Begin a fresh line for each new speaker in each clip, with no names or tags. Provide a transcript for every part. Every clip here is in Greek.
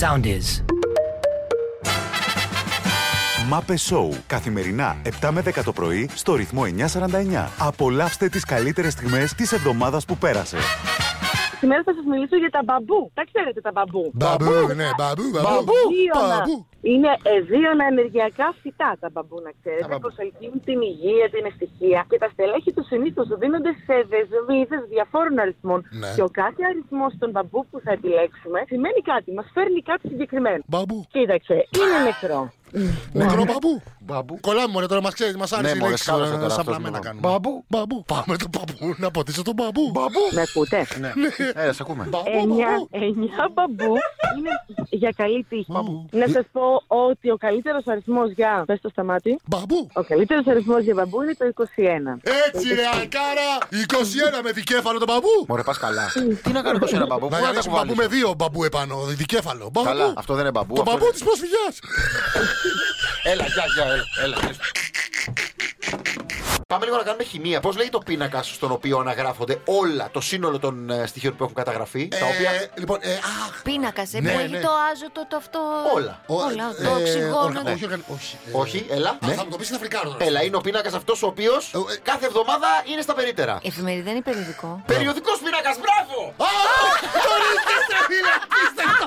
Sound is.
Μάπε Σόου. Καθημερινά 7 με 10 το πρωί στο ρυθμό 949. Απολαύστε τις καλύτερες στιγμές της εβδομάδας που πέρασε.
Σήμερα θα σας μιλήσω για τα μπαμπού. Τα ξέρετε τα μπαμπού.
Μπαμπού, ναι, μπαμπού, μπαμπού.
Εδίωνα.
Μπαμπού.
Είναι εδίωνα ενεργειακά φυτά τα μπαμπού, να
Τα
ξέρετε.
μπαμπού.
Προσελκύουν την υγεία, την ευτυχία. Και τα στελέχη τους συνήθως δίνονται σε δεσμίδες διαφόρων αριθμών.
Ναι.
Και ο κάθε αριθμός των μπαμπού που θα επιλέξουμε σημαίνει κάτι. Μας φέρνει κάτι συγκεκριμένο.
Μπαμπού.
Κοίταξε, είναι νεκρό.
Νεκρό μπαμπού.
Ναι. Μπαμπού.
Κολλάμε μωρέ τώρα, μας ξέρεις, μας άρεσε
Ναι,
η
μωρέ,
λέξη
σκάβεσαι
σαν-
τώρα,
σαν
αυτός
πλαμμένα
μόνο.
κάνουμε.
Μπαμπού.
Μπαμπού. Πάμε τον μπαμπού, να ποτίσω τον μπαμπού.
Μπαμπού.
Με ακούτε.
Ναι. Έλα, σε ακούμε.
Ε,
Μπαμπού,
Εννιά,
μπαμπού.
εννιά μπαμπού είναι για καλή τύχη.
Μπαμπού.
Να σας πω ότι ο καλύτερος αριθμός για. Πες το σταμάτη.
Μπαμπού.
Ο καλύτερος αριθμός για μπαμπού είναι το 21.
Έτσι ρε αγκάρα, 21 με δικέφαλο τον μπαμπού.
Μωρέ, πας καλά. Τι να κάνω τόσο ένα μπαμπού.
Να
Πού να τα
γυαλίσει μπαμπού
κουβάλεις.
με δύο μπαμπού επάνω, δικέφαλο. Μπαμπού.
Καλά, αυτό δεν είναι μπαμπού.
Το
αυτό
μπαμπού
είναι-
της προσφυγιάς.
Έλα, γεια, γεια, έλα. έλα. Πάμε λίγο να κάνουμε χημεία. Πώς λέγεται ο πίνακα στον οποίο αναγράφονται όλα το σύνολο των ε, στοιχείων που έχουν καταγραφεί, τα οποία.
Ε, Λοιπόν, ε, αχ.
Πίνακας, ε,
Ναι,
που έχει
ναι.
το άζωτο, το αυτό.
Όλα.
Ο-
Όλα.
ε,
το
ε,
οξυγόνο.
οργα- Όχι, οργαν- όχι. ε,
Όχι, έλα.
Α, Θα μου το πεις στην Αφρικάνο τώρα.
Έλα, είναι ο πίνακας αυτός ο οποίος
Ε, ε.
κάθε εβδομάδα είναι στα περίτερα.
Εφημερίδα δεν είναι περιοδικό.
Περιοδικός πίνακας, μπράβο!
Α, το ρίξατε, φίλε, απίστευτο.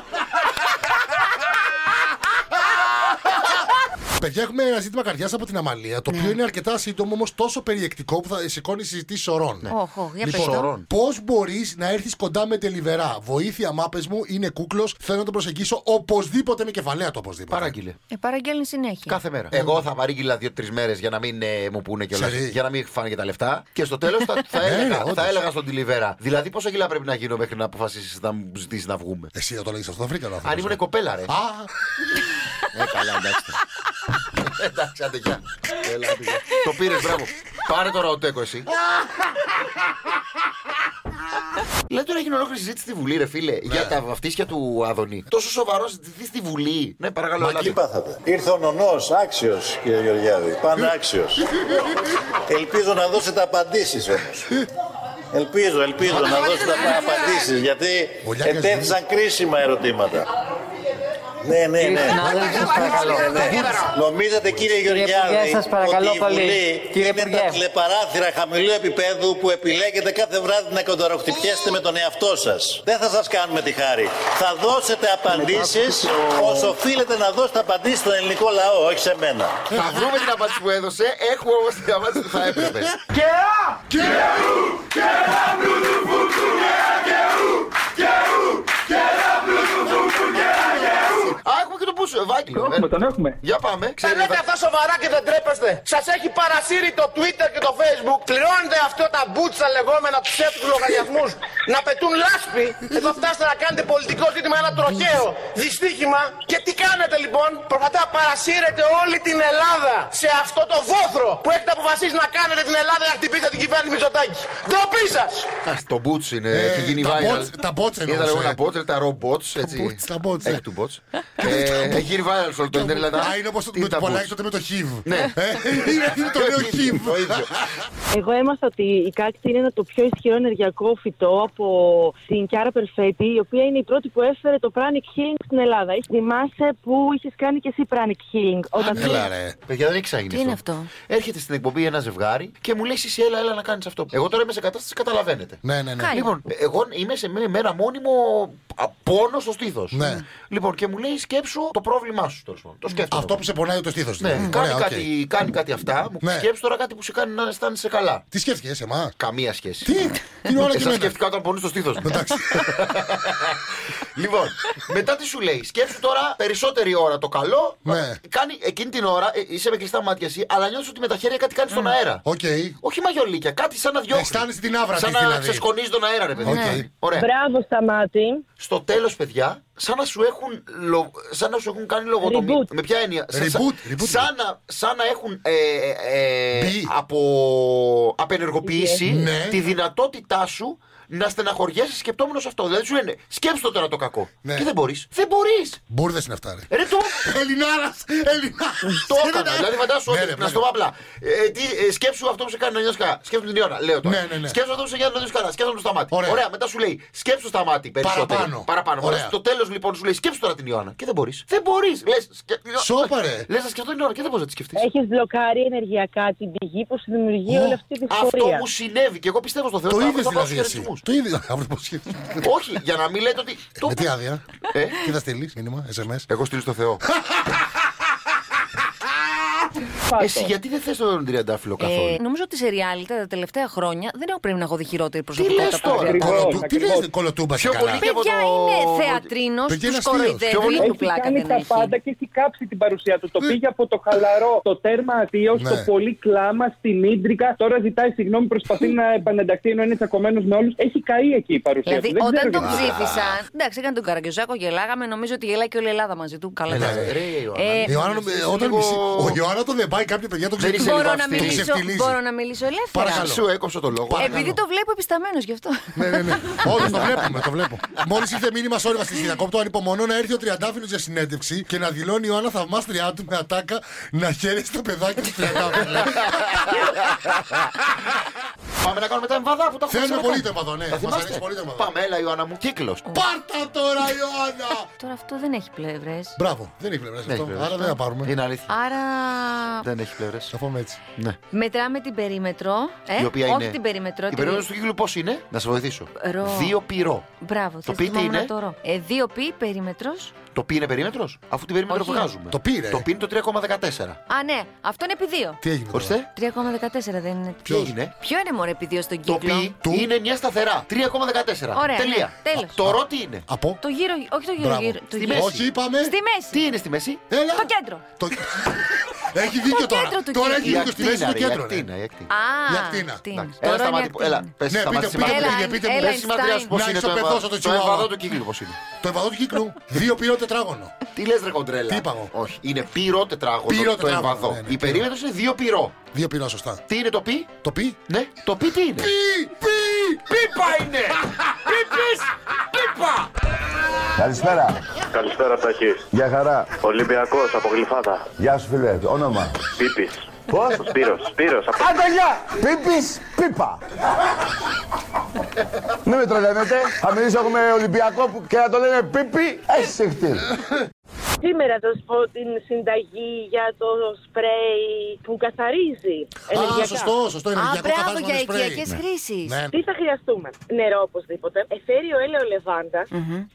Παιδιά, έχουμε ένα ζήτημα καρδιάς από την Αμαλία, το οποίο είναι αρκετά σύντομο, όμως τόσο περιεκτικό που θα σηκώνει συζητήσεις ωρών.
Όχι, όχι, για πες
Λοιπόν,
το.
Σωρών.
πώς μπορείς να έρθεις κοντά με τελιβερά. Βοήθεια, μάπες μου, είναι κούκλος. Θέλω να τον προσεγγίσω οπωσδήποτε με κεφαλαία το οπωσδήποτε.
Παράγγειλε.
Ε, παραγγέλνει συνέχεια.
Κάθε μέρα. Εγώ θα παρήγγειλα δύο-τρει μέρες για να μην ε, μου πούνε κιόλας.
Ξέρει.
Για να μην φάνε και τα λεφτά. Και στο τέλος θα, θα,
Ναι,
έλεγα,
όντως.
θα έλεγα στον τηλιβέρα. Δηλαδή, πόσα κιλά πρέπει να γίνω μέχρι να αποφασίσεις να μου ζητήσεις να βγούμε.
Εσύ θα το λέγεις αυτό, θα βρήκα
Αν ήμουν κοπέλα, ρε.
Α,
Ε, καλά, εντάξει. εντάξει, άντε γεια. Έλα, άντε, γεια. Το πήρες, μπράβο. Πάρε τώρα ο Τέκο, εσύ. Λέει τώρα έγινε ολόκληρη συζήτηση στη Βουλή, ρε φίλε, για τα βαφτίσια του Άδωνη. Τόσο σοβαρό συζητηθεί στη Βουλή. Ναι, παρακαλώ,
Τι
ελάτε.
πάθατε. Ήρθε ο νονός, άξιος κύριε Γεωργιάδη, πανάξιος. ελπίζω να δώσετε απαντήσεις όμως. Ελπίζω, ελπίζω να δώσετε απαντήσεις, γιατί
Ο Λιάκας
ετέθησαν κρίσιμα ερωτήματα. Ναι, ναι, ναι. Ναι, ναι. Νομίζετε κύριε Γεωργιάδη
Υπουργέ, σας παρακαλώ
ότι η
πολύ.
Βουλή
Κύριε
είναι
Υπουργέ.
τα τηλεπαράθυρα χαμηλού επίπεδου που επιλέγετε κάθε βράδυ να κονταροχτυπιέστε με τον εαυτό σας. Δεν θα σας κάνουμε τη χάρη. Θα δώσετε απαντήσεις όσο οφείλετε να δώσετε απαντήσεις στον ελληνικό λαό, όχι σε μένα.
Θα βρούμε την απάντηση που έδωσε. Έχουμε όμως την απάντηση που θα έπρεπε. Α, έχουμε και τον Πούσο, Ευάγγελο. ε.
Τον έχουμε.
Για πάμε.
Τα
Ξέρει,
λέτε
θα-
αυτά σοβαρά και δεν τρέπεστε. Σας έχει παρασύρει το Twitter και το Facebook. Πληρώνετε αυτό τα μπούτσα λεγόμενα τους ψεύτικου λογαριασμούς να πετούν λάσπη. Εδώ φτάσετε να κάνετε πολιτικό ζήτημα ένα τροχαίο δυστύχημα. Και τι κάνετε λοιπόν, προφατά παρασύρετε όλη την Ελλάδα σε αυτό το βόθρο που έχετε αποφασίσει να κάνετε την Ελλάδα να χτυπήσετε την κυβέρνηση Μητσοτάκη. Ντροπή σας!
Α, Το μπούτς είναι,
Ε,
έχει γίνει
τα
viral.
bots- τα bots εννοούσε.
Ήταν λεγόμενα bots, τα raw bots, έτσι.
bots, τα bots,
Εκ
ε.
του bots. Ε, Έχει γίνει viral σε όλο το ίντερνετ. αλλά-
Α, είναι όπως το
Τι
με
τα
το
bots.
πολλάκι τότε με το HIV.
Ναι.
Ε, είναι- Είναι το νέο
Το
HIV.
ίδιο.
Εγώ έμαθα ότι η κάκτη είναι το πιο ισχυρό ενεργειακό φυτό από την Κιάρα Περφέτη, η οποία είναι η πρώτη που έφερε το pranic healing στην Ελλάδα. Είχε- Θυμάσαι που είχες κάνει και εσύ pranic healing. Όταν
Ε, Έλα ρε.
Παιδιά, δεν έχει ξαγίνει.
Τι είναι αυτό?
Έρχεται στην εκπομπή ένα ζευγάρι και μου λέει εσύ, έλα, έλα να κάνεις αυτό. Εγώ τώρα είμαι σε κατάσταση, καταλαβαίνετε.
Ναι, ναι, ναι.
Κάνει.
Λοιπόν, εγώ είμαι σε με ένα μόνιμο α, πόνο στο στήθος.
Ναι.
Λοιπόν, και μου λέει σκέψου το πρόβλημά σου τέλος πάντων. Το σκέφτομαι.
Αυτό που σε πονάει το δηλαδή. στήθος.
Ναι, κάνει, κάτι, κάνει κάτι αυτά. Μου
Ναι.
σκέψου τώρα κάτι που σε κάνει να αισθάνεσαι καλά.
Τι σκέφτηκες εμά.
Καμία σχέση.
Τι, την ώρα
Ε,
και
σας
μένα.
σκέφτηκα όταν πονεί στο στήθος μου.
Εντάξει.
λοιπόν, μετά τι σου λέει, σκέψου τώρα περισσότερη ώρα το καλό.
Ναι.
Κάνει εκείνη την ώρα, ε, είσαι με κλειστά μάτια εσύ, αλλά νιώθεις ότι με τα χέρια κάτι κάνει στον αέρα.
Mm. Οκ.
Όχι μαγιολίκια, κάτι σαν να διώχνεις.
Αισθάνεσαι την άβρα
Σαν
της,
να
δηλαδή.
ξεσκονίζεις τον αέρα, ρε παιδί.
Οκ.
Ναι. Ωραία.
Μπράβο, Σταμάτη.
Στο τέλος, παιδιά, σαν να σου έχουν, λο... σαν να σου έχουν κάνει λογοτομία.
Reboot.
Με ποια έννοια. Σαν- σαν-
Reboot, reboot.
σαν, να, σαν να έχουν ε, ε, ε,
Μπει.
απο... απενεργοποιήσει
Ναι.
τη δυνατότητά σου να στεναχωριέσαι σκεπτόμενος αυτό. Δηλαδή σου λένε σκέψτε το τώρα το κακό.
Ναι.
Και δεν μπορείς. Δεν μπορείς.
Μπούρδε είναι αυτά, ρε.
Ρε το.
Ελληνάρας! Ελληνάρας!
Το έκανα. Δηλαδή, φαντάσου
Ναι,
ότι.
ρε,
να
πλάκα.
σου το πω απλά. Ε, τι, ε, σκέψου αυτό που σε κάνει να νιώσει καλά. Σκέψου την ώρα, λέω τώρα.
Ναι, ναι, ναι.
Σκέψου αυτό που σε κάνει να νιώσει καλά. Σκέψου το σταμάτη.
Ωραία.
Ωραία. μετά σου λέει σκέψου σταμάτη περισσότερο.
Παραπάνω.
Παραπάνω.
Ωραία.
Ωραία. Στο τέλος λοιπόν σου λέει σκέψου τώρα την Ιωάννα. Και δεν μπορείς. Δεν μπορείς. Λες. Σκε...
Σόπα, ρε.
Λες να σκεφτώ την ώρα και δεν μπορείς να τη σκεφτείς.
Έχεις μπλοκάρει ενεργειακά την πηγή που σου δημιουργεί
Ω,
όλη αυτή τη
Αυτό
δυσκολία.
μου συνέβη και εγώ πιστεύω στο Θεό.
Το
θα
είδες
έχω να
δηλαδή
δώσω
εσύ.
χαιρετισμούς.
Το είδε. Αύριο πώ σχέδιο.
Όχι, για να μην λέτε ότι. το-
Με τι άδεια.
Ε,
Τι θα στείλει, μήνυμα, SMS.
Εγώ στείλω στο Θεό.
Πάτο.
Εσύ γιατί δεν θες τον τριαντάφυλλο καθόλου.
Ε, νομίζω ότι σε reality τα τελευταία χρόνια δεν έχω πρέπει να έχω δει χειρότερη
λες
προσωπικότητα από
τώρα,
τον
ρε.
Ρεγκό.
Κολοτού- Τι
ακριβώς.
λε, κολοτούμπα σε
Πιο πολύ
καλά.
και από
Παιδιά
το-
είναι θεατρίνος,
Παιδιά,
τους
είναι αστείος. Πιο
κοροϊδεύει,
πολύ-
του
Έχει
πλάκα
κάνει
δεν
τα
έχει.
πάντα και έχει κάψει την παρουσία του. Το πήγε από το χαλαρό, το τέρμα ατίο,
Ε. Ναι.
το πολύ κλάμα, στην ίντρικα. Τώρα ζητάει συγγνώμη, προσπαθεί
Ε.
να επανενταχθεί ενώ είναι τσακωμένος με όλους. Έχει καεί εκεί η παρουσία
Δηλαδή,
του. Δεν
όταν
ξέρω
τον
γιατί.
ψήφισαν. Εντάξει, έκανε τον Καραγκιουζάκο, γελάγαμε. Νομίζω ότι γελάει και όλη η Ελλάδα μαζί του. Καλά,
Έλα,
εντάξει.
ρε, Ιωάννα.
Ε,
Η Ιωάννα, ε, όταν
λίγο-
μισεί- Ο Ιωάννα τον δεν πάει, κάποια παιδιά τον
Δεν είσαι
ξεφτυλίζει.
λίγο
Μπορώ να,
αυτή.
Το
μιλήσω,
ξεφτυλίζει.
μπορώ να μιλήσω ελεύθερα.
Παρακαλώ.
Σου έκοψε το λόγο.
Επειδή το βλέπω επισταμένος γι' αυτό.
Ναι, ναι, ναι. Όντω, το βλέπουμε, το βλέπω. Μόλις ήρθε μήνυμα, sorry, μας τη διακόπτω. Ανυπομονώ να έρθει ο Τριαντάφυλλος για συνέντευξη και να δηλώνει η Ιωάννα θαυμάστριά του με ατάκα να χαίρεσαι το παιδάκι του Τριαντάφυλλου.
Πάμε να κάνουμε τα εμβαδά που τα έχουμε
Θέλουμε
ξανακάνει.
πολύ το εμπαδό, ναι.
Τα
Μας
θυμάστε?
αρέσει πολύ το εμπαδό.
Πάμε, έλα Ιωάννα μου. Κύκλος.
Πάρτα τώρα, Ιωάννα!
Τώρα αυτό δεν έχει πλευρές.
Μπράβο, δεν έχει πλευρά
Δεν έχει
αυτό.
πλευρές.
Άρα δεν θα πάρουμε.
Είναι αλήθεια.
Άρα
Δεν έχει πλευρές.
Θα πούμε έτσι.
Ναι.
μετράμε την περίμετρο. Ε?
Η οποία
Όχι
είναι-
την περίμετρο.
Η
την-
περίοδος του κύκλου πώς είναι. Να σε βοηθήσω.
Ρο.
Δύο πυρό.
Μπράβο,
Το
το
πι τι
πει
είναι?
είναι. Το ρο. Ε, δύο πι περίμετρος.
Το πι είναι περίμετρος. Αφού την περίμετρο
Όχι.
βγάζουμε.
Το πι, ρε.
Το πι είναι το 3,14.
Α, ναι, αυτό είναι επί δύο.
Τι έγινε. τώρα.
Ορίστε.
3,14 δεν είναι.
Ποιος είναι.
Ποιο είναι μωρέ επί δύο στον
Το
κύκλο.
πι είναι μια σταθερά. 3,14.
Ωραία,
Τελεία.
ναι. Τέλος.
Το ρο τι είναι.
Από.
Το γύρο, όχι το γύρο,
Μπράβο.
γύρο. Το
Στη
γύρο.
Όχι, είπαμε.
Στη μέση.
Τι είναι στη μέση.
Έλα.
Το κέντρο.
Το- Έχει δίκιο τώρα.
κέντρο του
Τώρα έχει
κύριου.
δίκιο στη μέση ναι.
ακτίνα,
του
ρε,
κέντρου.
η
ρε.
ακτίνα, η ακτίνα.
Α,
Η ακτίνα.
τι είναι.
Εντάξει.
Το
Έλα,
ρο είναι
σταμάτη.
ακτίνα.
Έλα, πες,
Ναι,
σταμάτη,
πείτε, πείτε,
σταμάτη.
πείτε, πείτε μου.
Έλα, έλα,
Πες
Einstein.
συμμαντρέας πώς
Να
είναι το
ισοπεδώσω το
εμβα- το
Τσιουάουα.
εμβαδό του κύκλου πώς είναι.
Το ευαδό του κύκλου. Δύο πυρό τετράγωνο.
Τι λες, ρε κοντρέλα.
Τι είπα εγώ?
Όχι, είναι πυρό τετράγωνο.
Πυρό
το
τετράγωνο,
εμβαδό.
ναι, ναι,
Η
πυρό.
περίμετρο είναι δύο πυρό.
Δύο πυρό, σωστά.
Τι είναι το πι,
Το πι.
ναι, το πι τι είναι.
Πι! Πι!
Πίπα είναι! Πίπης! Πίπα!
Καλησπέρα.
Καλησπέρα Ταχή.
Γεια χαρά.
Ολυμπιακός από Γλυφάδα.
Γεια σου φίλε. Όνομα.
Πίπης.
Πώς?
Ο Σπύρος. Σπύρος από
Πίπης Πίπα. Μην με τρελαίνετε. Θα μιλήσω εγώ με Ολυμπιακό που- και να το λένε Πίπη. Εσύ χτύρι.
Σήμερα θα σου πω την συνταγή για το σπρέι που καθαρίζει ενεργειακά.
Α, σωστό, σωστό.
Α,
Ενεργειακό
μπράβο
καθάρισμα
για
με σπρέι.
οικιακές χρήσεις.
Ναι.
Τι θα χρειαστούμε. Νερό οπωσδήποτε. Εφέριο έλαιο λεβάντας,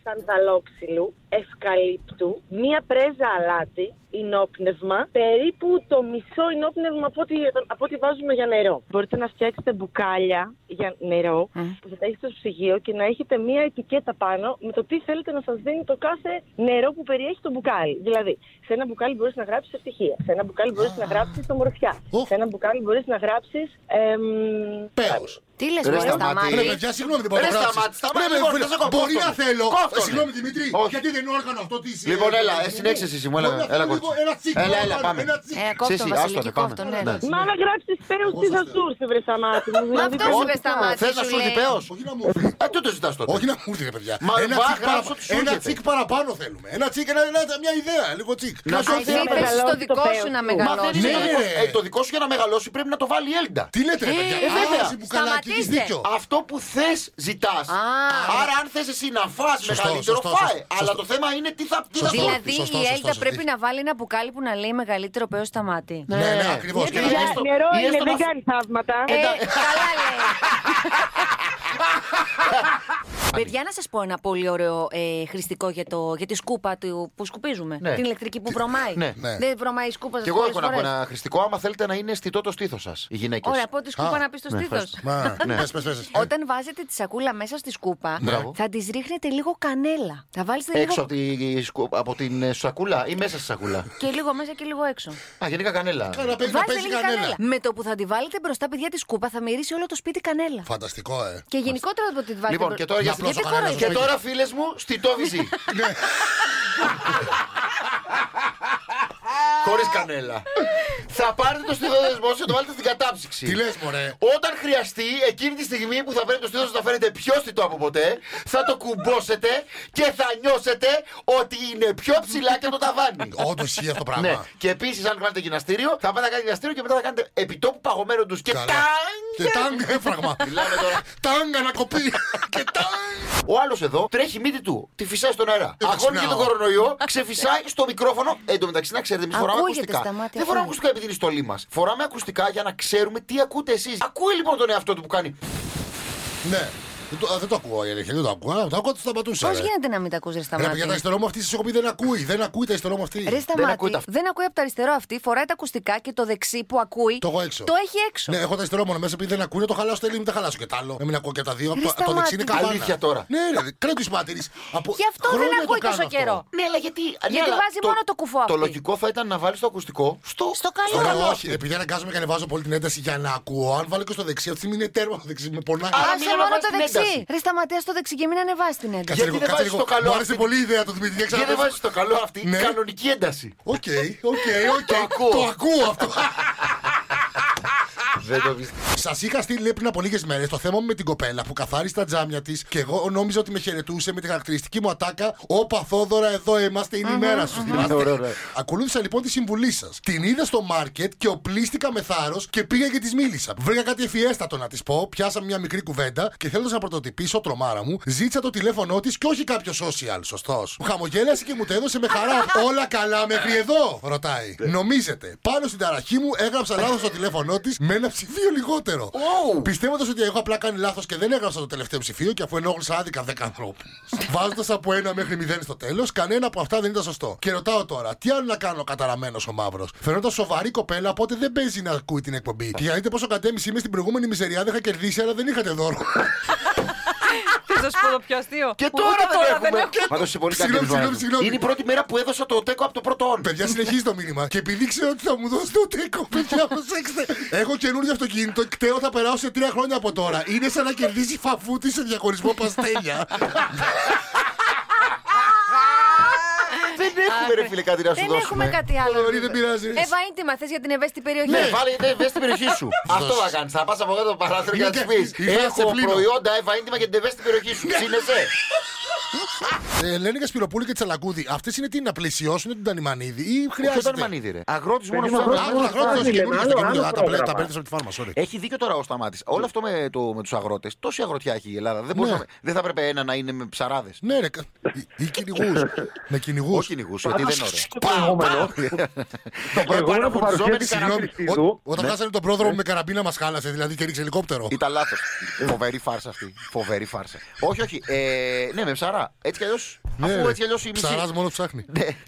σανδαλόξυλου, ευκαλύπτου, μία πρέζα αλάτι, ενόπνευμα, περίπου το μισό ενόπνευμα από ό,τι, από ό,τι βάζουμε για νερό. Μπορείτε να φτιάξετε μπουκάλια για νερό που θα τα έχετε στο ψυγείο και να έχετε μία ετικέτα πάνω με το τι θέλετε να σας δίνει το κάθε νερό που περιέχει το μπουκάλι. Δηλαδή, σε ένα μπουκάλι μπορείς να γράψεις ευτυχία, σε ένα μπουκάλι μπορείς να γράψεις ομορφιά,
Οφ.
σε ένα μπουκάλι μπορείς να γράψεις... εμ,
Πέος.
Τι
Ρε,
λε, μωρέ,
σταμάτη.
Ρε
σταμάτη.
παιδιά, συγγνώμη, δεν μπορώ να
Ρε,
γράψεις.
σταμάτη, σταμάτη,
Ρε, με
λοιπόν,
φίλε,
θα σε κόφτω,
Μπορεί να
κόφτω.
θέλω.
Κόφτω,
Συγγνώμη,
ναι.
Δημήτρη,
Όχι.
γιατί δεν είναι όργανο αυτό ε, τη.
Λοιπόν, έλα, εσύ είναι έξεση μου, έλα, έλα,
λίγο,
κότσο.
ένα τσίκ,
Έλα, έλα,
μάλλον,
πάμε.
ένα τσίκ.
Ε,
Ξέρεις,
κόφτο,
άστο,
Βασιλική,
ναι, πάμε.
κόφτο, ναι.
Ναι.
Μα να γράψεις πέω τι θα σου έρθει, βρε Σταμάτη μου.
Μα
δηλαδή,
αυτός σου
πραγματικά.
είπε σταμάτη.
Θες να σου έρθει πέος?
Όχι να μου έρθει.
Ε, τι το ζητάς τότε.
Όχι να μου έρθει, ρε παιδιά.
Μα
ένα,
βά,
τσίκ
γράψω
παραπάνω,
ό,τι σου
ένα
έρχεται.
τσίκ παραπάνω θέλουμε. Ένα τσίκ, ένα, ένα- μια ιδέα, λίγο τσίκ.
Να σου έρθει.
Εσύ πες στο
μεγαλώσει το
δικό
πέος
σου
του.
να
Μα
Μαθαίνεις
Ναι.
το δικό
μεγαλώσει.
σου. Ε, Το δικό σου για να μεγαλώσει πρέπει να το βάλει η Έλντα.
Τι λέτε, ρε παιδιά.
ε, βέβαια.
Α, εσύ μπουκαλάκι, έχεις
Σταματήστε.
δίκιο.
Αυτό που θες ζητάς. Άρα αν θες εσύ να φας
Σωστό,
μεγαλύτερο
σωστό, σωστό,
φάε. Αλλά
σωστό.
το θέμα είναι τι θα τι θα
Σωστό.
σου
Δηλαδή
σωστό,
η
σωστό,
Έλτα
σωστό.
πρέπει να βάλει ένα μπουκάλι που να λέει μεγαλύτερο πέος σταμάτη.
Ναι, ναι, ακριβώς.
Ναι,
Και
ναι.
να-
έστω-
Νερό
ή
είναι,
έστω
δεν
να-
κάνει θαύματα.
Ε, καλά λέει. Παιδιά, να σας πω ένα πολύ ωραίο ε, χρηστικό για, το, για τη σκούπα του, που σκουπίζουμε.
Ναι.
Την ηλεκτρική που βρωμάει.
Ναι.
Ναι.
Δεν βρωμάει η σκούπα σας
Και εγώ
πολλές
έχω να πω
φορές.
ένα χρηστικό, άμα θέλετε να είναι αισθητό το στήθος σας, οι γυναίκες.
Ωραία, από τη σκούπα
Α,
να πεις το
ναι,
στήθος.
ευχαριστώ.
Μα, πες, πες, πες.
Όταν βάζετε τη σακούλα μέσα στη σκούπα,
Μπράβο.
θα της ρίχνετε λίγο κανέλα. Θα βάλετε
Έξω
λίγο
από, τη, σκου- από την ε, σακούλα ή μέσα στη σακούλα.
και λίγο μέσα και λίγο έξω.
Α, γενικά κανέλα.
Ε, Να παίζει- να
Βάζετε
παίζει
λίγο
κανένα.
κανέλα. Με το που θα τη βάλετε μπροστά, παιδιά τη σκούπα, θα μυρίσει όλο το σπίτι κανέλα.
Φανταστικό, ε.
Και γενικότερα από τη βάζετε.
Λοιπόν,
μπρο-
και τώρα για
Να απλώσω
Γιατί
κανένα
Και
στο
τώρα, φίλες μου, στιτό βυζί. Χωρίς κανέλα. θα πάρετε το στιδόδεσμό σας και το βάλετε στην κατάψυξη.
Τι λες, μωρέ.
Όταν χρειαστεί, εκείνη τη στιγμή που θα πρέπει Ε, το στήθο να φαίνεται πιο στιτό από ποτέ, θα το κουμπώσετε και θα νιώσετε ότι είναι πιο ψηλά και από το ταβάνι.
Όντως ισχύει αυτό το
Ναι.
πράγμα.
Και επίσης, αν κάνετε γυμναστήριο, θα πάτε να κάνετε γυμναστήριο και μετά θα κάνετε επιτόπου παγωμένο του και
Καλά.
τάγκ!
Και τάγκ, έφραγμα.
Μιλάμε τώρα.
Τάγκ, ανακοπή. Και τάγκ.
Ο άλλος εδώ τρέχει μύτη του, τη φυσάει στον αέρα.
Ε,
Αγώνει
ξυπνάω.
τον κορονοϊό, ξεφυσάει στο μικρόφωνο. Εν τω μεταξύ, να ξέρετε, εμείς φοράμε
Ακούγεται
ακουστικά.
στα μάτια
Δεν φοράμε
αυτό.
ακουστικά επειδή είναι η στολή μας. Φοράμε ακουστικά για να ξέρουμε τι ακούτε εσείς. Ακούει λοιπόν τον εαυτό του που κάνει.
Ναι. Δεν το, α, δεν το ακούω, η αλήθεια. Δεν το ακούω. Αλλά Το ακούω, το σταματούσα.
Πώς
ρε.
γίνεται να μην τα ακούς ρε
Ρε, παιδιά, τα
σταμάτη.
αριστερό μου αυτή τη σιωπή δεν ακούει. Δεν ακούει τα αριστερό μου αυτή.
Ρε
ακούει
σταμάτη,
τα-
δεν ακούει από τα αριστερό αυτή, φοράει τα ακουστικά και το δεξί που ακούει.
Το έχω έξω.
έχει έξω.
Ναι, έχω τα αριστερό μόνο μέσα επειδή δεν ακούνε, το χαλάσω τέλειο, μην τα χαλάσω και τ' άλλο. Να μην ακούω και τα δύο.
Ρε,
Το, το
σταμάτη.
δεξί είναι καμπάνα.
Αλήθεια τώρα.
Ναι, ρε, κρέτου μάρτυρη. Από...
Γι' αυτό
χρόνια
δεν
το
ακούει
κάνω
τόσο
αυτό.
καιρό.
Ναι, αλλά γιατί.
Γιατί βάζει μόνο το κουφό
Το
αυτή.
λογικό θα ήταν να βάλεις το ακουστικό στο,
Στο
Ρε,
καλό.
όχι, επειδή αναγκάζομαι και ανεβάζω πολύ την ένταση για να ακούω. Αν βάλω και στο δεξί, αυτή τη στιγμή είναι τέρμα το δεξί, με πονάει.
Α,
Άσε
μην
μόνο
αναβάζεις
το
την
δεξί.
ένταση.
Ρε σταματέα το δεξί και μην ανεβάσει την ένταση.
γιατί δεν βάζεις το καλό
Μου άρεσε
αυτή-
πολύ η ιδέα του Δημήτρη. για
Και
ξαναπες.
δεν βάζεις το καλό αυτή.
Ναι.
Κανονική ένταση.
Οκ, οκ, οκ.
Το ακούω.
Το ακούω αυτό.
Δεν το πιστεύω.
Σας είχα στείλει λέει, πριν από λίγες μέρες το θέμα μου με την κοπέλα που καθάρισε τα τζάμια της και εγώ νόμιζα ότι με χαιρετούσε με τη χαρακτηριστική μου ατάκα. Ω Παθόδωρα, εδώ είμαστε, είναι η μέρα σου. θυμάστε?» Ακολούθησα λοιπόν τη συμβουλή σας. Την είδα στο μάρκετ και οπλίστηκα με θάρρος και πήγα και της μίλησα. Βρήκα κάτι εφιέστατο να της πω, πιάσαμε μια μικρή κουβέντα και θέλοντα να πρωτοτυπήσω τρομάρα μου, ζήτησα το τηλέφωνό της και όχι κάποιος social, σωστός. Μου χαμογέλασε και μου το έδωσε με χαρά. Όλα καλά μέχρι εδώ, ρωτάει. Νομίζετε, πάνω στην ταραχή μου έγραψα λάθος το τηλέφωνό της με ένα ψηφίο λιγότερο. Πιστεύοντας ότι έχω απλά κάνει λάθος και δεν έγραψα το τελευταίο ψηφίο και αφού ενόχλησα άδικα 10 ανθρώπους. Βάζοντας από 1 μέχρι 0 στο τέλος, κανένα από αυτά δεν ήταν σωστό. Και ρωτάω τώρα, τι άλλο να κάνω καταραμένος ο μαύρος. Φαινόταν σοβαρή κοπέλα, οπότε δεν παίζει να ακούει την εκπομπή. Και για να δείτε πόσο κατέμιση είμαι στην προηγούμενη μιζεριά, δεν είχα κερδίσει, αλλά δεν είχατε δώρο.
Τι σα πω το πιο αστείο.
Και
Ούτε
τώρα δεν
δεν
έχουμε.
έχω.
Μα το συμπολίτα
Συγγνώμη,
δεν
συγγνώμη,
βάζει.
συγγνώμη.
Είναι η πρώτη μέρα που έδωσα το τέκο από το πρώτο όν.
Παιδιά, συνεχίζει το μήνυμα. Και επειδή ξέρω ότι θα μου δώσεις το τέκο, παιδιά, προσέξτε. Έχω καινούριο αυτοκίνητο. Κταίω θα περάσω σε τρία χρόνια από τώρα. Είναι σαν να κερδίσει φαφούτη σε διαχωρισμό παστέλια.
Δεν έχουμε ρε φίλε κάτι να σου
Δεν έχουμε
δώσουμε.
κάτι άλλο. Ε,
Λωρί, δεν πειράζει.
Εύα ίντιμα, θες για την ευαίσθητη περιοχή. Ε,
Ναι, βάλε δε- δε στην περιοχή σου. Αυτό θα κάνεις. Θα πας από κάτω το παράθυρο και θα
Είναι
τη
και-
πεις:
η Βάσια
Έχω
Πλήνο».
προϊόντα Εύα ίντιμα και την ευαίσθητη περιοχή σου. Σύνεσαι.
Ε, Λένε για Σπυροπούλη και Τσαλακούδη. Αυτές είναι τι, να πλησιώσουν τον Τανιμανίδη ή
Όχι
χρειάζεται.
όταν μανίδι, ρε. Αγρότης μόνο
Περίμενα,
που
πρώτα-
θα-
Άλλο χρόνο
Λένε, άλλο- άλλο
Τα παίρνει
πρόγραμμα.
από τη φάρμα, sorry.
Έχει δίκιο τώρα ο Σταμάτης. Όλο αυτό με, το, με τους αγρότες. Τόση αγροτιά έχει η Ελλάδα. Δεν, μπορούσαμε- δεν θα έπρεπε ένα να είναι με ψαράδες.
Ναι, ρε. κα- ή- Ή κυνηγούς. Με κυνηγούς.
Όχι κυνηγούς, γιατί δεν είναι ωραίο.
Το προηγούμενο, το προηγούμενο που παρουσιάζει
Συγγνώμη, ό-
Ναι.
όταν χάσανε τον πρόδρομο με καραμπίνα μας χάλασε, δηλαδή και ρίξε ελικόπτερο.
Ήταν λάθος. Φοβερή φάρσα αυτή. Φοβερή φάρσα. Όχι, όχι. Ε, ναι, με ψαρά. Έτσι κι αλλιώς.
Ναι,
αφού
ρε.
έτσι κι αλλιώ η μισή. Ναι.
Ψαράς μόνο ψάχνει.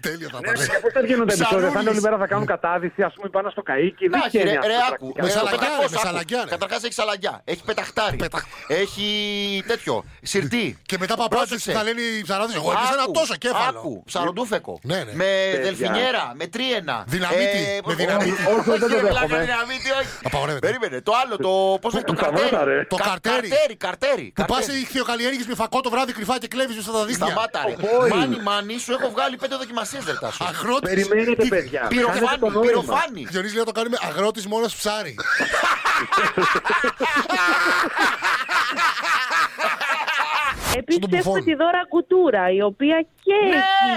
Τέλεια θα ήταν.
Πώ Ναι, θα βγαίνουν τα επεισόδια, θα είναι όλη
Ψαρούλης.
μέρα θα κάνουν κατάδυση, ας πούμε πάνω στο καίκι. Δεν
Να, έχει,
βγαίνει
ρε,
αυτό
ρε,
το
άκου.
πρακτικά.
Ε,
σαλακιά, ρε,
το πετακόσι,
με
άκου.
σαλακιά, ρε.
Καταρχάς έχει σαλαγιά. Έχει πεταχτάρι.
Πεταχ-
Έχει τέτοιο. Σιρτή.
Και μετά παπάτε
Πρόσεξε.
θα λένε οι ψαράδες. Εγώ έπεσα ένα
Άκου,
τόσο κέφαλο.
Άκου, ψαροντούφεκο.
Ναι, ναι.
Με δελφινιέρα, με τρίενα.
Δυναμίτη,
Ε,
με δυναμίτη.
όχι,
Όχι, δεν το
ρε, πλάκα,
δέχομαι.
δυναμίτη, όχι.
Απαγορεύεται.
Περίμενε. Το άλλο, το. Πώς το
Σταμάτα,
καρτέρι.
ρε.
Το
Κα-
καρτέρι.
Καρτέρι, καρτέρι.
Που πας
καρτέρι.
οι χθιοκαλλιέργειε με φακό το βράδυ κρυφά και κλέβεις μέσα τα δίχτυα.
Σταμάτα, ρε. Μάνι, μάνι, σου έχω βγάλει πέντε δοκιμασίες, δεν τάσου.
Αγρότης.
Περιμένετε, παιδιά. Κάνετε το
Πυροφάνη,
νόημα.
πυροφάνη.
Διονύση λέει να το κάνουμε αγρότης μόνος ψάρι.
Επίση
Στον
Ε, έχουμε
Μπουφόν.
τη δώρα Κουτούρα, η οποία και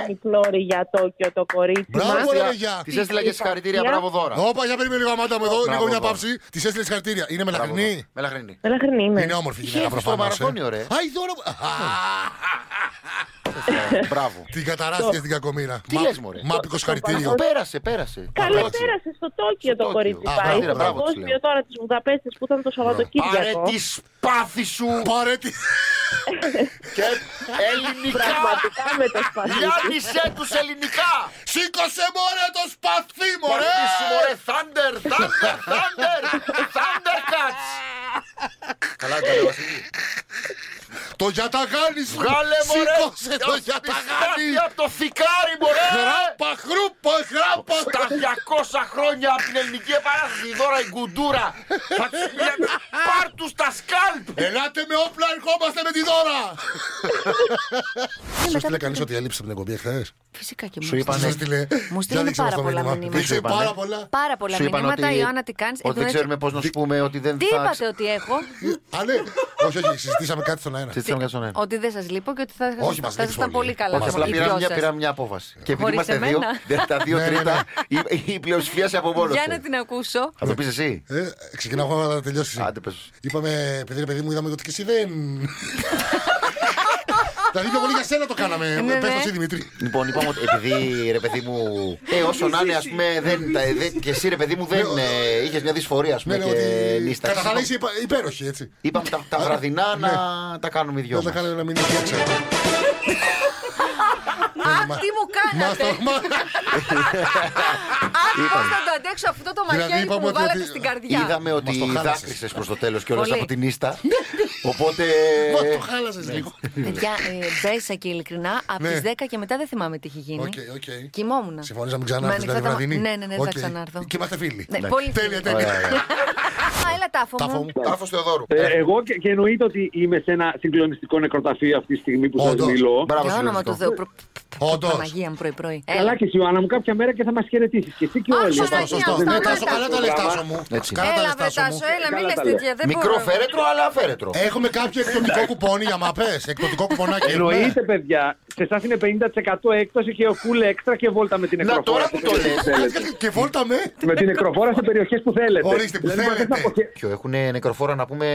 έχει πλώρη για Τόκιο το κορίτσι. μας.
Μπράβο, ρε παιδιά.
Της έστειλα και συγχαρητήρια, μπράβο δώρα.
Όπα, για περίμενε λίγο, αμάτα μου εδώ, λίγο
Μπράβο,
μια
μπράβο.
παύση. Της έστειλες συγχαρητήρια. Είναι
Μπράβο,
μελαχρινή.
δώρα. Μελαχρινή.
Μελαχρινή είμαι.
Ναι.
Είναι όμορφη
Είχε
γυναίκα
έρθει στο
προφανώς.
μαραθώνιο, ρε.
Α, η δώρα μου. Ε,
Μπράβο.
Την καταράστια την κακομήρα.
Τι
Μα-
λες, μωρέ.
Μάπικο χαρητήριο.
Ε, Πέρασε, πέρασε.
Καλά
Μπράβο.
πέρασε στο
Στο
Τόκιο το
Τόκιο.
κορίτσι
Α,
πάει.
μπράβο,
Στο
μπράβο, της λέω.
παγκόσμιο τώρα της Βουδαπέστης που ήταν το
Πάρε
Σαββατοκύριακο.
τη σπάθη σου
Πάρε τη.
και ελληνικά.
Πραγματικά με το σπαθί.
Λιάνισε τους ελληνικά.
Σήκωσε μωρέ το σπαθί,
Πάρε
μωρέ.
τη σου, μωρέ. Thunder, thunder, thunder. Thundercats. Καλά, καλά, Βασίλη.
Το γιαταγάνι σου.
Βγάλε, μωρέ.
Σήκωσε το
τη σπάθη
γιαταγάνι.
από το θικάρι, μωρέ.
Χράπα, χρούπα, χράπα.
τα 200 χρόνια από την ελληνική επανάσταση η δώρα η κουντούρα. Θα τους λέμε, Πάρ τους τα σκάλπ.
Ελάτε με όπλα, ερχόμαστε με τη δώρα. Σου στείλε κανεί ότι έλειψε από την εκπομπή εχθές.
Φυσικά και μου
Σου είπανε-
στείλανε.
Σας στείλε.
Μου
Δεν
στείλανε
ήξερα
πάρα
αυτό
πολλά
μήνυμα.
μηνύματα.
Δεν ξέρω
Σου
πάρα
είπανε-
πολλά.
Πάρα πολλά
Σου είπαν
μηνύματα.
ότι-
Η ναι, Ιωάννα τι κάνεις.
Ότι δεν
Εκδονές-
ξέρουμε πώς να σου πούμε ότι δεν
Τι
θα.
είπατε ότι έχω.
Α, ναι. Όχι, όχι, συζητήσαμε κάτι στον αέρα.
Συζητήσαμε κάτι στον αέρα.
Ότι δεν σας λείπω και ότι θα
Όχι, μας
θα
λείπεις
ήσασταν
πολύ.
πολύ καλά.
Όχι,
ναι. Απλά
οι
πήραμε
δυο
μια,
σας.
πήραμε μια απόφαση. Και επειδή
Χωρίς
είμαστε δύο,
εμένα.
δε- τα δύο τρίτα, η- η πλειοψηφία σε από μόνος
Για να την ακούσω.
Θα το πεις εσύ.
Ε, ξεκινάω εγώ να τελειώσει.
Άντε πες.
Είπαμε, παιδί, ρε παιδί μου, είδαμε ότι και εσύ δεν. Δηλαδή πιο πολύ για σένα το κάναμε.
Ναι,
Πες το
ναι.
εσύ, Δημήτρη.
Λοιπόν, είπαμε ότι επειδή ρε παιδί μου. Ε, όσο να είναι, ας πούμε, δεν, τα- δεν- και εσύ ρε παιδί μου δεν είχες μια δυσφορία, ας πούμε,
Ναι, ναι,
και
ότι
νύσταξη.
κατά τα άλλα είσαι υπα- υπέροχη, έτσι.
Είπαμε τα, τα βραδινά να τα κάνουμε οι δυο.
Δεν θα
μας.
κάνω ένα μήνυμα έξω.
Αχ, τι μου κάνατε. Αχ, πώς θα το αντέξω αυτό το
Δηλαδή,
μαχαίρι που
είπαμε
μου
ότι-
βάλατε
ότι-
στην καρδιά.
Είδαμε ότι
το χάλασες.
δάκρυσες προς το τέλος και όλες
Πολύ.
από την ίστα. Οπότε.
Μα
Ε,
το χάλασες
ναι.
λίγο.
Παιδιά, ε, μπέσα και ειλικρινά, από
Ναι.
τις 10 και μετά δεν θυμάμαι τι έχει γίνει.
Οκ, οκ.
Κοιμόμουν.
Συμφωνείς να μην
Με
ξανάρθεις
ανοιχτά
δηλαδή
τα μα-
βραδινή.
Ναι, ναι, ναι, δεν
Οκ.
θα ξανάρθω.
Και είμαστε φίλοι.
Ναι, πολύ
Τέλεια,
φίλοι.
τέλεια.
Α, έλα τάφο
Τάφο
μου.
μου.
Τάφος Θεοδόρου.
Ε, εγώ και, και εννοείται ότι είμαι σε ένα συγκλονιστικό νεκροταφείο αυτή τη στιγμή που σας
Όντως.
μιλώ.
Μπράβο,
Για όνομα
συλλογιστικό.
του Θεού. προ-
Όντως.
Παναγία μου πρωί-πρωί.
Καλά
Έλα.
και εσύ, Ιωάννα μου, κάποια μέρα και θα μας χαιρετήσεις. Και εσύ και
Α,
όλοι.
σωστό,
εδώ.
σωστό.
Δεν
Ναι,
είναι-
Τάσο, καλά τα λες, Τάσο μου.
Έτσι.
Καλά τα λες,
Έλα, βρε
Τάσο μου.
Τάσο, ε. έλα, μην
Καλά
λες
τα λέω.
τέτοια. Δεν
Μικρό
μπορώ.
φέρετρο, αλλά αφαίρετρο.
Έχουμε κάποιο εκπτωτικό κουπόνι για μαπές. Εκπτωτικό
ε, ναι.
κουπονάκι. ναι. έχουμε.
Εννοείται, παιδιά. Σε εσάς είναι 50% έκπτωση και ο κούλε έξτρα και βόλτα με την
Να
νεκροφόρα.
τώρα
σε
που το
περιοχές
λες.
που θέλετε.
Και βόλτα με.
Με την νεκροφόρα σε περιοχές που θέλετε.
Ορίστε, που
Δηλαδή, μπορείτε να
θέλετε.
αποχε-
Ποιο, έχουν νεκροφόρα να πούμε.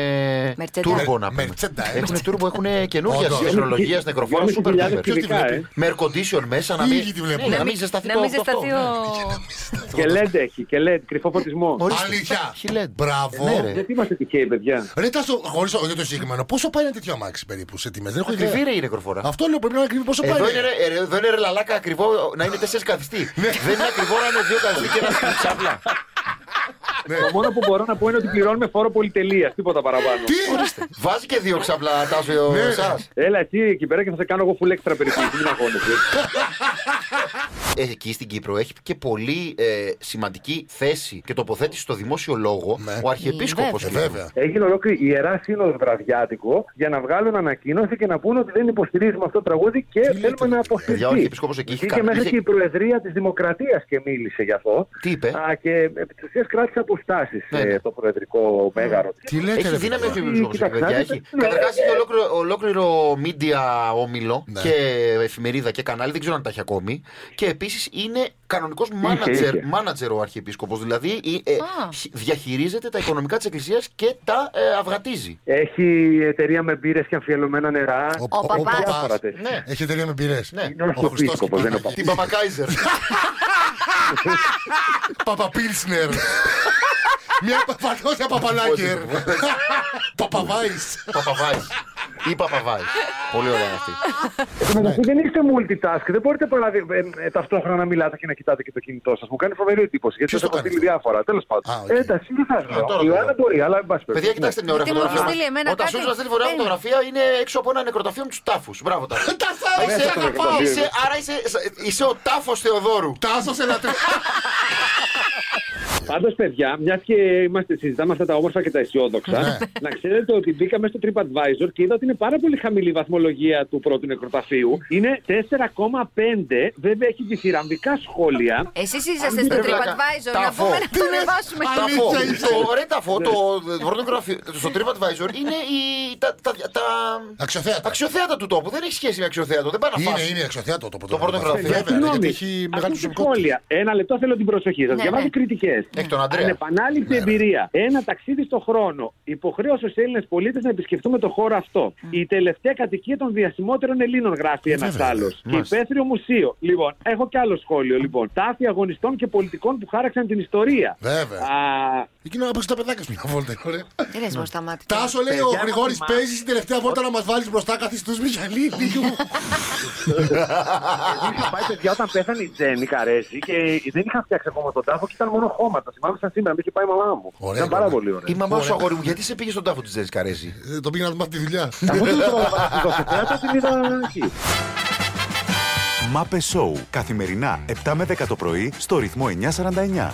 Mercedes.
Τούρμπο
Ε,
να πούμε.
Mercedes.
Έχουν τούρμπο, έχουν καινούργια
Όντως.
τεχνολογία
Δυόμισι
νεκροφόρα. Super
χιλιάδες
duper.
κυβικά,
Ποιο τη βλέπει?
ε.
Με air condition μέσα να
Λίγοι
μην.
τη βλέπουν.
Ναι, Να μην ζεσταθεί
Να
το
μην
αυτό. Ναι.
ζεσταθεί ο.
Και LED έχει, και LED, κρυφό φωτισμό.
Ορίστε.
Αλήθεια.
Χιλέντ.
Μπράβο.
Ναι, ρε.
Γιατί είμαστε τυχαίοι, παιδιά.
Ρε Τάσο, χωρίς το- για το συγκεκριμένο, πόσο πάει ένα τέτοιο αμάξι περίπου σε τιμές. Δεν έχω
Ακριβή
ιδέα.
ρε η νεκροφόρα.
Αυτό λέω πρέπει να είναι ακριβή πόσο πάει.
Εδώ
ρε.
είναι, ρε- ρε- εδώ είναι ρε λαλάκα ακριβό να είναι τέσσερις καθιστή. Δεν είναι ακριβό να είναι δύο καθιστή και ένα τσάπλα.
Ναι. Το μόνο που μπορώ να πω είναι ότι πληρώνουμε φόρο πολυτελείας, τίποτα παραπάνω.
Τι.
Βάζει και δύο ξαπλά τάσο
Ναι, ρε.
εσάς.
Έλα εσύ εκεί πέρα και θα σε κάνω εγώ full extra περιποίηση. Μην αγχώνεσαι.
Ε, εκεί στην Κύπρο έχει και πολύ ε, σημαντική θέση και τοποθέτηση στο δημόσιο λόγο
Ναι.
ο Αρχιεπίσκοπος.
Ε,
Κύπρου.
Βέβαια.
Έγινε ολόκληρη ιερά σύνοδο βραδιάτικο για να βγάλουν ανακοίνωση και να πούνε ότι δεν υποστηρίζουμε αυτό το τραγούδι και θέλουμε να
Παιδιά, ο
αποσυρθεί.
Αρχιεπίσκοπος εκεί έχει
Βγήκε
κάνει-
μέχρι
είχε-
και η Προεδρία της Δημοκρατίας και μίλησε γι' αυτό.
Τι είπε?
Α, και επί της ουσίας κράτησε αποστάσεις
Ναι, ναι.
ε, το Προεδρικό μέγαρο.
Τι λέτε,
Έχει
ρε,
δύναμη
παιδιά.
ο Αρχιεπίσκοπος εκεί, παιδιά.
Κοιτάξτε,
Έχει.
ναι.
Καταρχάς έχει ολόκληρο, ολόκληρο media όμιλο
Ναι.
και εφημερίδα και κανάλι, δεν ξέρω αν τα έχει ακόμη. Και επίσης είναι κανονικός
είχε.
manager, manager ο Αρχιεπίσκοπος. Δηλαδή ε, ε,
Α.
χ- διαχειρίζεται τα οικονομικά της Εκκλησίας και τα ε, αυγατίζει.
Έχει εταιρεία με μπύρες και αμφιελωμένα νερά.
Ο-
Ο παπάς.
παπάς.
Ναι.
Έχει εταιρεία με πυρές.
Ναι.
Είναι ο
Ο Χριστός
Αρχιεπίσκοπος, δεν
Παπαγιώτη.
είναι ο Παπάς.
Την Παπακάιζερ.
Παπαπίλσνερ. Μια παπαδόσια παπαλάκερ. Παπαβάης.
Παπαβάης. Ή Παπαβάης. Πολύ ωραία αυτή.
Ναι.
Εν τω μεταξύ δεν είστε multitask. Δεν μπορείτε παραδείγμα, ε, ε, ταυτόχρονα να μιλάτε και να κοιτάτε και το κινητό σας. Μου κάνει φοβερή εντύπωση. Γιατί
Ποιος
σας
το
έχω
κάνει
στείλει διάφορα. Τέλος πάντων.
Α, οκ.
Ε, Εντάξει, δεν θα
τώρα το
λέω. Η Ιωάννα
λέω.
μπορεί, αλλά εν πάση
Παιδιά,
περιπτώσει.
κοιτάξτε μια ωραία
Γιατί μου έχει
φωτογραφία.
στείλει εμένα
Όταν
κάτι.
σου στείλει φορά
Έλα.
φωτογραφία είναι έξω από ένα νεκροταφείο με του τάφους. Μπράβο, τάφου.
Τα θάλασσα,
Είσαι-
τα
πάω.
είσαι- Άρα είσαι- είσαι ο τάφος Θεοδόρου.
Τάσος σε λατρεύω.
Πάντως, παιδιά, μιας και είμαστε, συζητάμε αυτά τα όμορφα και τα
Ναι.
αισιόδοξα, να ξέρετε ότι μπήκαμε στο TripAdvisor και είδα ότι είναι πάρα πολύ χαμηλή η βαθμολογία του πρώτου νεκροταφείου. Είναι 4,5. Βέβαια, έχει διθυραμβικά σχόλια.
Εσείς είσαστε στο
Ρε βλάκα,
TripAdvisor. Να
τάφο.
πούμε να τον ανεβάσουμε.
Ταφό.
Αλήθεια είσαι.
Το ρε ταφό, το πρώτο γραφείο, στο TripAdvisor είναι η- τα, τα, τα
Αξιοθέατα.
αξιοθέατα του τόπου. Δεν έχει σχέση με αξιοθέατο. Δεν πάει να
Είναι,
φας.
είναι αξιοθέατο το
Το πρώτο γραφείο.
Βέβαια,
Ε, Συγγνώμη,
γιατί έχει μεγάλη
ακούστε
προσωπικότητα.
σχόλια. Ένα λεπτό θέλω την προσοχή σας.
Ναι,
Διαβάζω
ναι.
κριτικέ.
Έχει τον Αντρέα.
Ανεπανάληπτη
Ναι, ρε.
εμπειρία. Ένα ταξίδι στο χρόνο. Υποχρέωσε στου Έλληνες πολίτες να επισκεφτούμε το χώρο αυτό. Η τελευταία κατοικία των διασημότερων Ελλήνων, γράφει ένα
Ε, βέβαια.
άλλος. Και
Μάλιστα.
υπαίθριο μουσείο. Λοιπόν, έχω κι άλλο σχόλιο. Λοιπόν, τάφη αγωνιστών και πολιτικών που χάραξαν την ιστορία.
Βέβαια.
Α,
Εκείνο να παίξει τα παιδάκια σου μια βόλτα. είναι ωραίο.
Τι λες μου σταμάτη.
Τάσο λέει ο
Παιδιά,
Γρηγόρης
μα-
παίζεις την τελευταία βόλτα να μας βάλεις μπροστά καθιστούς Μιχαλίδη.
Είχα πάει παιδιά όταν πέθανε η Τζέννη Καρέζη και δεν είχα φτιάξει ακόμα τον τάφο και ήταν μόνο χώματα. Θυμάμαι σαν σήμερα, με είχε πάει η μαμά μου.
Ωραία,
ήταν πάρα
ωραία.
πολύ ωραία.
Η μαμά σου αγόρι μου, γιατί σε πήγε στον τάφο της Τζέννη Καρέζη.
Ε, Το πήγα να του μάθει τη δουλειά.
Αφού δεν το καταλαβαίνω στην κοσμοτέατα, την είδα εκεί.
Μάπε Σόου. Καθημερινά 7 με 10 το πρωί στο ρυθμό 949.